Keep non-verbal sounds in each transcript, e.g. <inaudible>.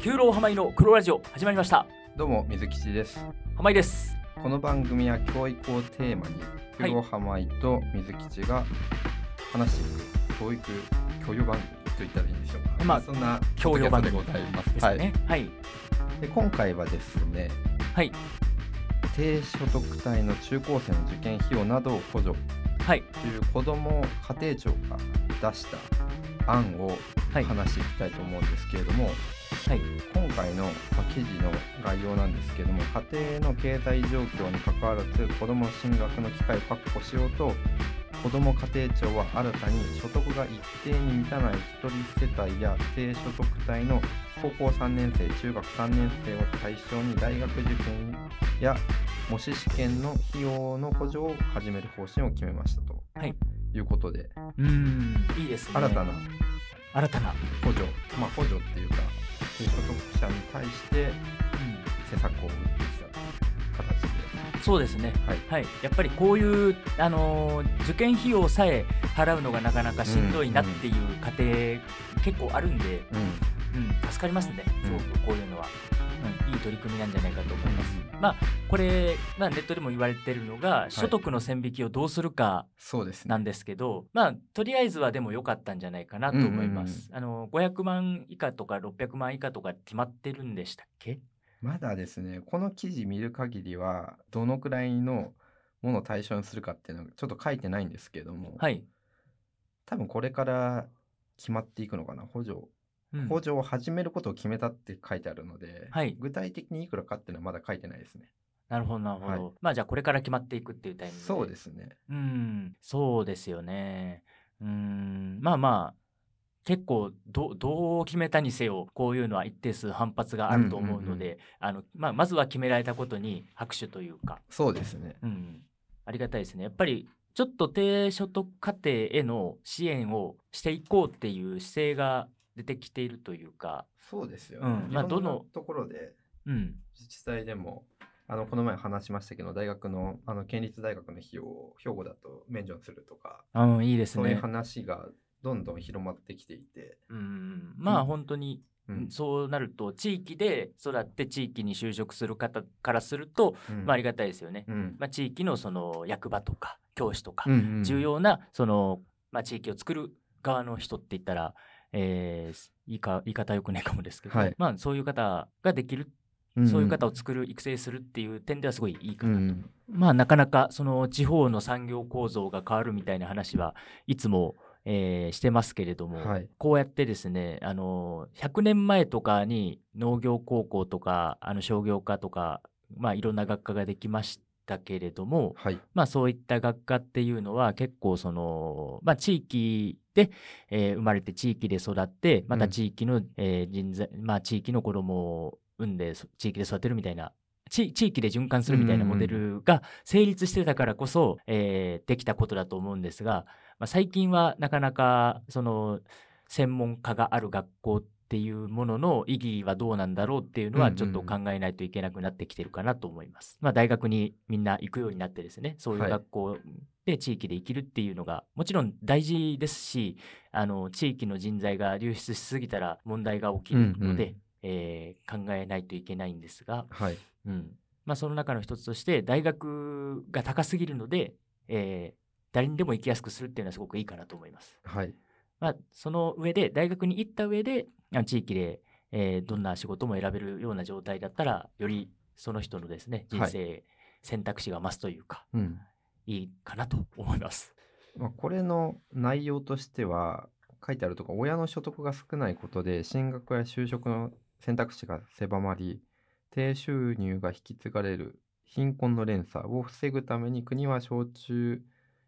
九郎浜井の黒ラジオ始まりましたどうも水吉です。浜井ですこの番組は教育をテーマに、はい黒浜井と水吉が話していく教育教養番組と言ったらいいんでしょうか。まあそんな教養番ポッドキ組ャストでございます。ですはかい。ねはいで今回はですね、はい低所得帯の中高生の受験費用などを補助はいという子ども家庭庁が出した案をはい話していきたいと思うんですけれども、はい今回の、まあ記事の概要なんですけども家庭の経済状況に関わらず子ども進学の機会を確保しようと子ども家庭庁は新たに所得が一定に満たない一人世帯や低所得帯の高校3年生中学3年生を対象に大学受験や模試試験の費用の補助を始める方針を決めましたと、はい、いうことでうーんいいですね新たな新たな、補助、まあ、補助っていうか低所得者に対して施策を打ってきた形で、うん、そうですねはい、はい、やっぱりこういう、あのー受験費用さえ払うのがなかなかしんどいなっていう家庭結構あるんで、ううん、助かりますねすごくこういうのは、うん、いい取り組みなんじゃないかと思います。まあこれ、まあ、ネットでも言われてるのが所得の線引きをどうするかそうですね。なんですけど、まあとりあえずはでも良かったんじゃないかなと思います。あの500万以下とか600万以下とか決まってるんでしたっけまだですね、この記事見る限りは、どのくらいのものを対象にするかっていうのがちょっと書いてないんですけども、はい、多分これから決まっていくのかな、補助。うん補助を始めることを決めたって書いてあるので、はい具体的にいくらかっていうのはまだ書いてないですね。なるほどなるほど、はまあじゃあこれから決まっていくっていうタイミングそうですね。うん、そうですよね。うん、まあまあ、結構ど、どう決めたにせよ、こういうのは一定数反発があると思うのうんうで、あの、まあ、まずは決められたことに拍手というか、そうですね。うん、ありがたいですね。やっぱり、ちょっと低所得家庭への支援をしていこうっていう姿勢が出てきているというか、そうですよ、うんね。まあいろんなどのところでうん、自治体でもあのこの前話しましたけど大学のあの県立大学の費用を兵庫だと免除するとかうん、いいですそういうね。話がどんどん広まってきていて、うん、まあ、うん本当にうんそうなると地域で育って地域に就職する方からすると、うんまあ、ありがたいですよね。うんまあ、地域のその役場とか教師とか、うんうん重要なその、まあ、地域を作る側の人って言ったら、えーいいか言い方よくないかもですけど、はいまあ、そういう方ができる、うんうんそういう方を作る育成するっていう点ではすごいいいかうんなうとんまあなかなかその地方の産業構造が変わるみたいな話はいつも、えーしてますけれども、はいこうやってですねあの100年前とかに農業高校とかあの商業科とか、まあ、いろんな学科ができましたけれども、はいまあ、そういった学科っていうのは結構その、まあ、地域で、えー生まれて地域で育ってまた地域の、えー人材、まあ、地域の子供を産んでそ地域で育てるみたいな地地域で循環するみたいなうんうんモデルが成立してたからこそ、えーできたことだと思うんですが、まあ、最近はなかなかその専門家がある学校っていうものの意義はどうなんだろうっていうのうはんうんちょっと考えないといけなくなってきてるかなと思います。まあ、大学にみんな行くようになってですねそういうはい学校で地域で生きるっていうのがもちろん大事ですしあの地域の人材が流出しすぎたら問題が起きるので、うんうえー考えないといけないんですが、はいうんまあ、その中の一つとして大学が高すぎるので、えー誰にでも行きやすくするっていうのはすごくいいかなと思います。はいまあ、その上で大学に行った上であの地域で、えーどんな仕事も選べるような状態だったらよりその人のですねは人い生選択肢が増すというか、うんい、いかなと思います。まあ、これの内容としては書いてあるとか親の所得が少ないことで進学や就職の選択肢が狭まり低収入が引き継がれる貧困の連鎖を防ぐために国は小中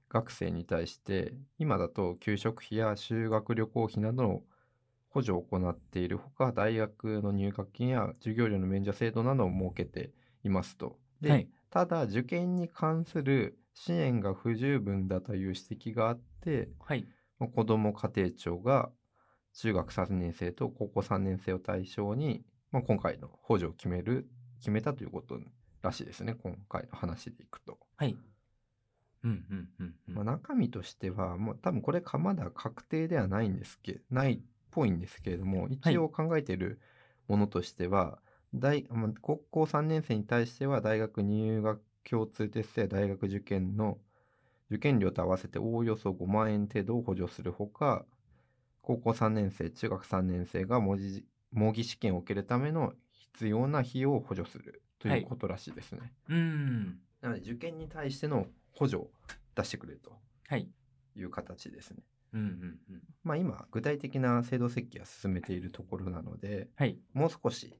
学生に対して今だと給食費や修学旅行費などの補助を行っているほか大学の入学金や授業料の免除制度などを設けていますと。で、はいただ受験に関する支援が不十分だという指摘があってはい、まあ子ども家庭庁が中学3年生と高校3年生を対象に、まあ、今回の補助を決める決めたということらしいですね今回の話でいくと、はいうんうんうんうんまあ、中身としてはもう多分これかまだ確定ではないんですけないっぽいんですけれども一応考えているものとしては大まあ高校3年生に対しては大学入学共通テストや大学受験の受験料と合わせておおよそ5万円程度を補助するほか高校3年生中学3年生が模擬模擬試験を受けるための必要な費用を補助するとはいいうことらしいですね。うん。なので受験に対しての補助を出してくれるとはい。いう形ですね。うんうんうん。まあ、今具体的な制度設計は進めているところなのではい。もう少し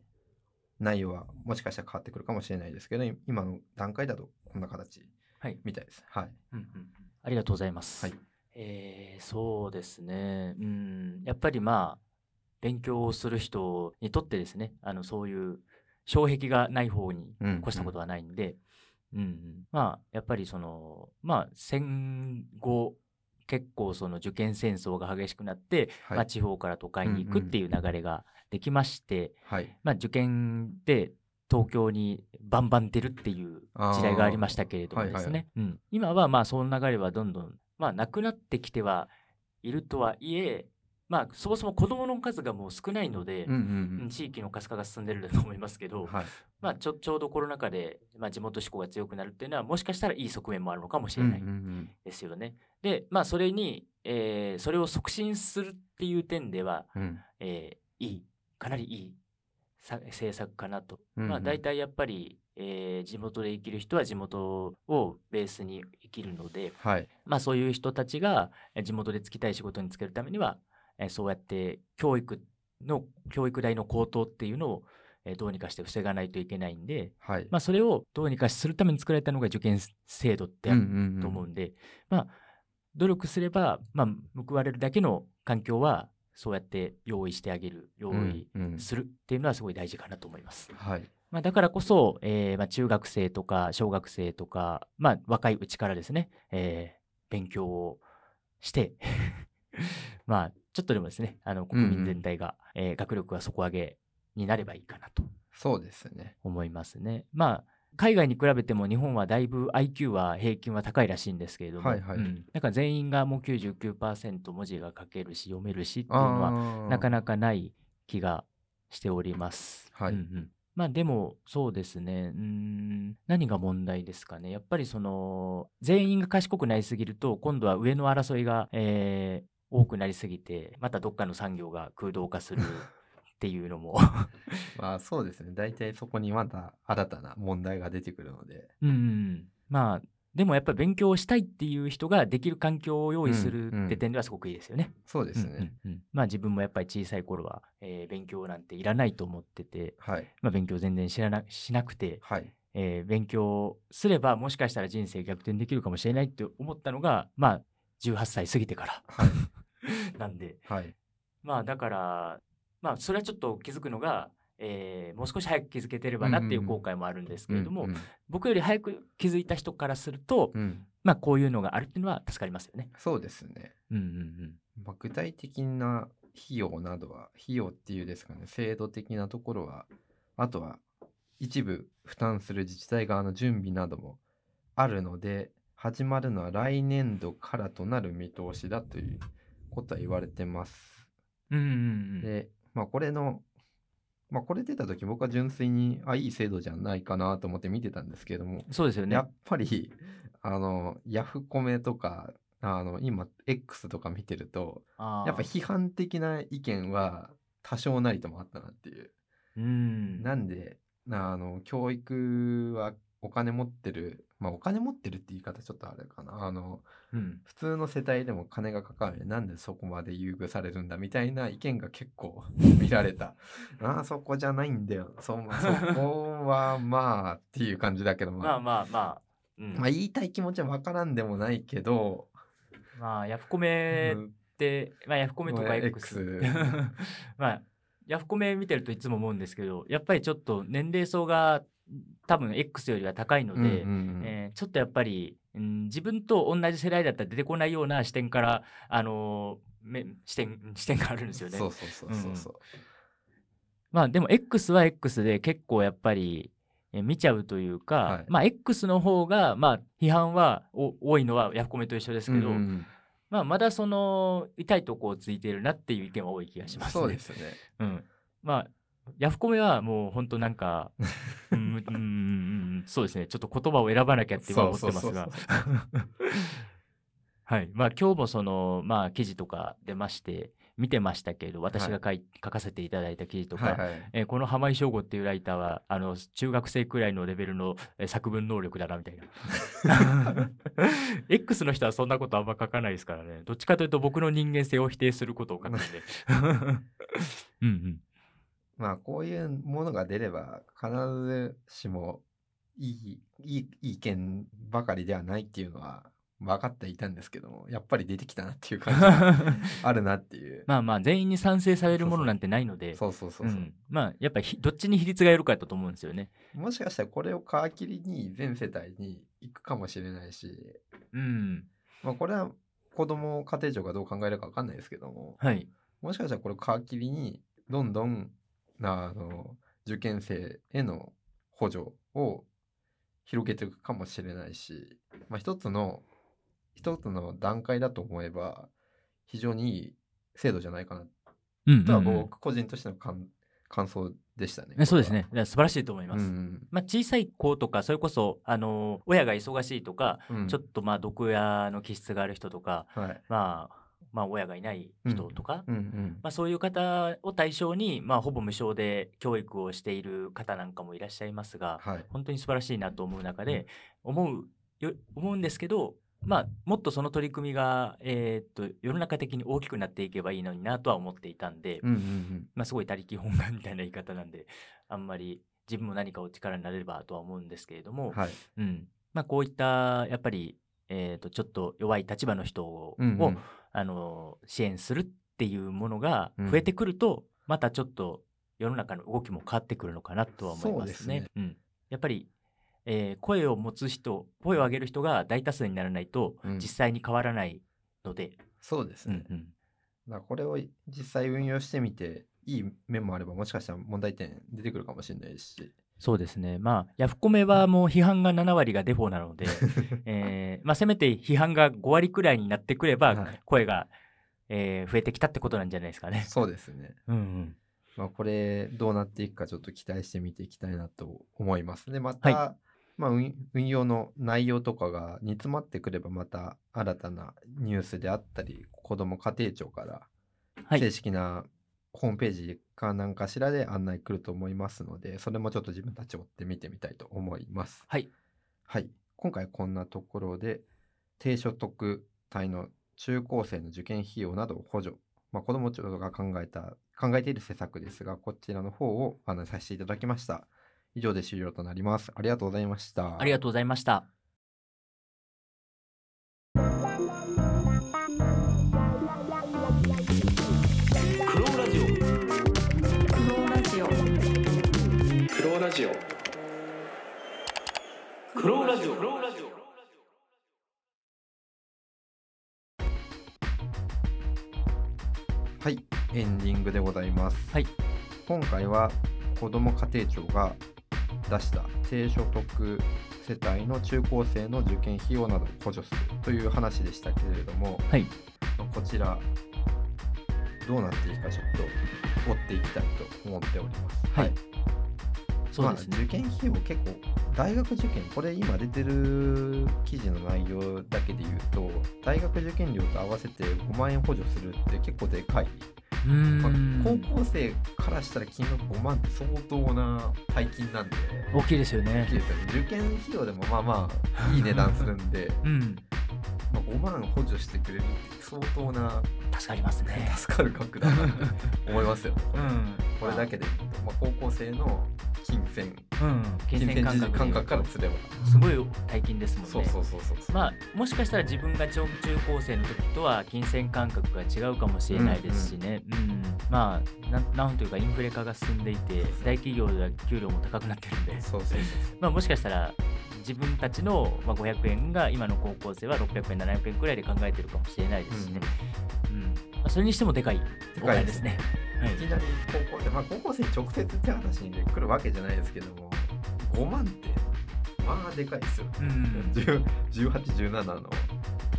内容はもしかしたら変わってくるかもしれないですけど今の段階だとこんな形はいみたいです。はい、うんうんうんありがとうございます。はいえーそうですね。うん。やっぱりまあ、勉強をする人にとってですね、あの、そういう障壁がない方にうん越したことはないんで、うん、うんまあ、やっぱりその、まあ、戦後、結構その受験戦争が激しくなって、はいまあ、地方から都会に行くっていう流れができまして、はいまあ、受験で東京にバンバン出るっていう時代がありましたけれどもですね、あーはいはいうん、今はまあその流れはどんどん、まあ、なくなってきてはいるとはいえ、まあ、そもそも子どもの数がもう少ないので、うんうん地域の活化が進んでると思いますけうんうど、んはいまあ、ちょちょうどコロナ禍で、まあ、地元志向が強くなるっていうのはもしかしたらいい側面もあるのかもしうれんうないんですよね。で、まあ、それに、えーそれを促進するっていう点では、うんうんえーいいかなりいいさ政策かなと、うんまうあ、ん大体やっぱり、えー地元で生きる人は地元をベースに生きるので、はいまあ、そういう人たちがえー地元で就きたい仕事に就けるためには、えーそうやって教育の教育代の高騰っていうのを、えーどうにかして防がないといけないんで、はいまあ、それをどうにかするために作られたのが受験制度ってあると思うんで、まあ努力すれば、まあ、報われるだけの環境はそうやって用意してあげる用意うんうんするっていうのはすごい大事かなと思います。はいまあ、だからこそ、えーまあ、中学生とか小学生とか、まあ、若いうちからですね、えー勉強をして、 <laughs> まあ、ちょっとでもですね、あの国民全体が、えー学力が底上げになればいいかなとそうですね思いますね。まあ海外に比べても日本はだいぶ IQ は平均は高いらしいんですけれども、はいはいうんだから全員がもう99%文字が書けるし読めるしっていうのはあなかななかない気がしております。はいうんうんまあでもそうですねうーん何が問題ですかねやっぱりその全員が賢くなりすぎると今度は上の争いが、えー多くなりすぎてまたどっかの産業が空洞化するっていうのもまあそうですね大体そこにまた新たな問題が出てくるのでうん、まあでもやっぱり勉強をしたいっていう人ができる環境を用意すうんうるんって点ではすごくいいですよね。そうですうんねうんうんまあ自分もやっぱり小さい頃は、えー勉強なんていらないと思ってて、はいまあ、勉強全然知らなしなくて、はいえー勉強すればもしかしたら人生逆転できるかもしれないって思ったのがまあ18歳過ぎて <laughs> からはいなんではいまあだからまあそれはちょっと気づくのが、えーもう少し早く気づけてればなっていう後悔もあるんですけれども、うん僕より早く気づいた人からすると、うんうんまあこういうのがあるっていうのは助かりますよね。そうですねうんうんまあ、具体的な費用などは費用っていうですかね制度的なところはあとは一部負担する自治体側の準備などもあるので始まるのは来年度からとなる見通しだということは言われてます。うん。うんうんうん。でまあこれのまあこれ出た時僕は純粋にあいい制度じゃないかなと思って見てたんですけれどもそうですよねや。っぱりあのヤフコメとかあの今 X とか見てるとあーやっぱ批判的な意見は多少なりともあったなっていう。うん。なんで、あの、教育はお金持ってる、まあお金持ってるって言い方ちょっとあれかな。あの、うん普通の世帯でも金がかかる。なんでそこまで優遇されるんだみたいな意見が結構 <laughs> 見られた。ああ、そこじゃないんだよ。そまあそこはまあっていう感じだけど、ままああ、まあまあ。うんまあ言いたい気持ちはわからんでもないけど、まあヤフコメうっんて、まあヤフコメとまあか X。 X <laughs> まあヤフコメ見てるといつも思うんですけど、やっぱりちょっと年齢層が多分 X よりは高いので、うんうんうんえーちょっとやっぱり、うん、自分と同じ世代だったら出てこないような視点から、あのーめ視点視点があるんですよね。そうそうそうそうそう。まあでも X は X で結構やっぱりえ見ちゃうというか、はいまあ X の方がまあ批判はお多いのはヤフコメと一緒ですけど、うんうんまあまだその痛いとこをついてるなっていう意見は多い気がしますね。そうですね。うん、まあヤフコメはもう本当なんか、うん、うんうんうんそうですね、ちょっと言葉を選ばなきゃって今思ってますがそう、そうそうそう <laughs> はい。まあ今日もその、まあ記事とか出まして、見てましたけれど、私が書い書かせていただいた記事とか、はいはい。えーこの浜井翔吾っていうライターはあの中学生くらいのレベルの、えー作文能力だなみたい <laughs> な。X の人はそんなことあんま書かないですからね。どっちかというと僕の人間性を否定することを書くんで。 <laughs> うんうん。まあこういうものが出れば必ずしもいいいいいい意見ばかりではないっていうのは分かっていたんですけどもやっぱり出てきたなっていう感 <laughs> じがあるなっていう。 <laughs> まあまあ全員に賛成されるものなんてないので。そうそうそうそう、うんまあやっぱりひどっちに比率がよるかだと思うんですよね。もしかしたらこれを皮切りに全世帯に行くかもしれないし、うん。まあ、これは子供家庭庁がどう考えるか分かんないですけどもはい。もしかしたらこれを皮切りにどんどんあの受験生への補助を広げていくかもしれないし、まあ、一つの一つの段階だと思えば非常にいい制度じゃないかなうんうんとはうん僕個人としての感感想でしたね。えそうですね。だから素晴らしいと思いこまれす。は。うんまあ小さい子とかそれこそあの親が忙しいとかうんちょっとまあ毒親の気質がある人とか、はいまあ、まあ親がいない人とか、うんうんまあ、そういう方を対象に、まあ、ほぼ無償で教育をしている方なんかもいらっしゃいますがはい、本当に素晴らしいなと思う中で思うよ思うんですけど、まあ、もっとその取り組みが、えーっと世の中的に大きくなっていけばいいのになとは思っていたんで、うんうんうんまあ、すごい他力本願みたいな言い方なんであんまり自分も何かお力になれればとは思うんですけれども、はいうんまあ、こういったやっぱり、えー、とちょっと弱い立場の人を、うんうんあの支援するっていうものがうん増えてくると、またちょっと世の中の動きも変わってくるのかなとは思いそうまですすね。ねうん、やっぱり、えー声を持つ人声を上げる人が大多数にならないと、うん実際に変わらないので、そうですうね。んうんだからこれを実際運用してみていい面もあればもしかしたら問題点出てくるかもしれな <laughs> いし。そうですねまあヤフコメはもう批判が7割がデフォな <laughs> ので、えーまあ、せめて批判が5割くらいになってくれば、はい声が、えー増えてきたってことなんじゃないですかね。そうですね。うんうんまあ、これどうなっていくかちょっと期待して見ていきたいなと思います。でまた、はまあ、運運用の内容とかが煮詰まってくればまた新たなニュースであったり子ども家庭庁からはい正式なホームページか何かしらで案内来ると思いますので、それもちょっと自分たち追って見てみたいと思います。はい。はい。今回こんなところで、低所得帯の中高生の受験費用などを補助、まあ、子ども庁が考えた、考えている施策ですが、こちらの方を案内させていただきました。以上で終了となります。ありがとうございました。ありがとうございました。クローラジオクローラジオクローラジオクローラジオクローラジオはい、エンディングでございます。はい今回は子ども家庭庁が出した低所得世帯の中高生の受験費用などを補助するという話でしたけれども、はい、こちらどうなっていくかちょっと追っていきたいと思っております。はいそうですまね。あ、受験費用結構大学受験これ今出てる記事の内容だけで言うと大学受験料と合わせて5万円補助するって結構でかい。うーまあん高校生からしたら金額5万って相当な大金なんで <laughs> 大きいですよ大きいね。ですよね受験費用でもまあまあいい値段するんでうん、まあ5万補助してくれるって相当な助かりますね。。助かる額だなって思いますよねうん、これだけで、で言うと、まあ、高校生の金銭うん、金銭感自覚感覚からですれば、すごい大金ですもんね。そうそうそうそうそうまあもしかしたら自分が中中高生の時とは金銭感覚が違うかもしれないですしね、うんまあななんというかインフレ化が進んでいて大企業では給料も高くなってるんで、そうそうそうまあ、もしかしたら自分たちの、まあ、500円が今の高校生は600円700円くらいで考えてるかもしれないですしね、うんまあ、それにしてもでかいお金ですね。はいいきなり高校生まあ高校生に直接手渡しに来るわけじゃないですけども5万ってまあでかいですよね <laughs> うん1817の、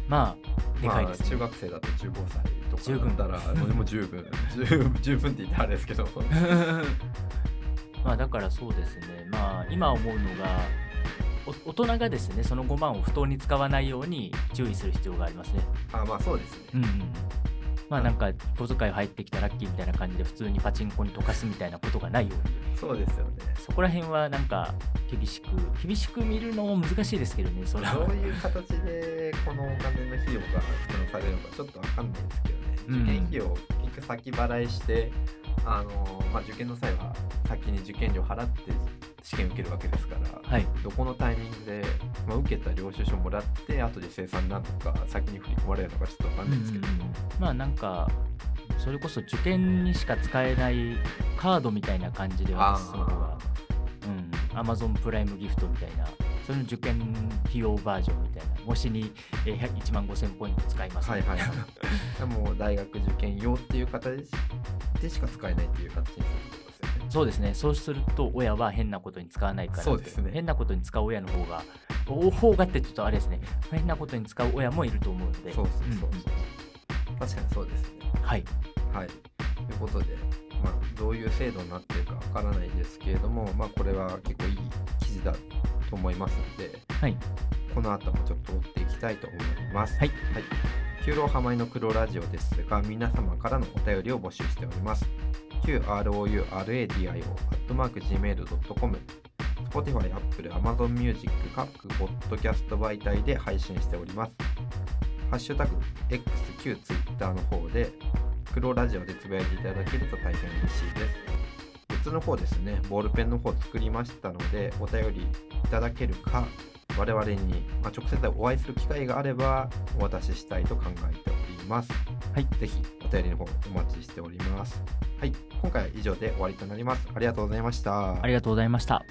まあでまかいあ、です、中ね学生だと15歳とか十分 <laughs> だったらもうでも十分十分十分って言ったらあれですけどままあ、だからそうですね、まあ、今思うのがお大人がですねその5万を不当に使わないように注意する必要がありますね。あまあそうですね、うんうんまあなんか小遣い入ってきたラッキーみたいな感じで普通にパチンコに溶かすみたいなことがないようにそうですよねそこら辺はなんか厳しく厳しく見るのも難しいですけどねそれはどういう形でこのお金の費用が負担されるのかちょっとわかんないですけどね、うん受験費用を結局先払いしてあの、まあ、受験の際は先に受験料払って試験受けるわけですから、はいどこのタイミングで、まあ、受けた領収書もらって後で生産なのか先に振り込まれるのかちょっとわかんないですけど、まあなんかそれこそ受験にしか使えないカードみたいな感じであ渡すのがうん、Amazon プライムギフトみたいな、それの受験費用バージョンみたいな、模試にえー100 1万5000ポイント使いますはみいたはい <laughs> いな、はいもう大学受験用っていう形でしでしか使えないっていう形にするってことですよねそうですね、そうすると親は変なことに使わないから、そうですね変なことに使う親の方が、お方がってちょっとあれですね、変なことに使う親もいると思うので、そうそうそうそう、ん確かにそうですねはい、はい、ということで、まあ、どういう制度になってるかわからないですけれども、まあ、これは結構いい記事だと思いますので、はい、この後もちょっと追っていきたいと思います。はい、はい、九郎浜井の黒ラジオですが、皆様からのお便りを募集しております。qrouradio.gmail.com Spotify、Apple、Amazon Music 各ポッドキャスト媒体で配信しております。ハッシュタグ XQ Twitter の方で黒ラジオでつぶやいていただけると大変嬉しいです。別の方ですね、ボールペンの方作りましたので、お便りいただけるか、我々に、まあ、直接お会いする機会があればお渡ししたいと考えております。はい、ぜひお便りの方お待ちしております。はい、今回は以上で終わりとなります。ありがとうございました。ありがとうございました。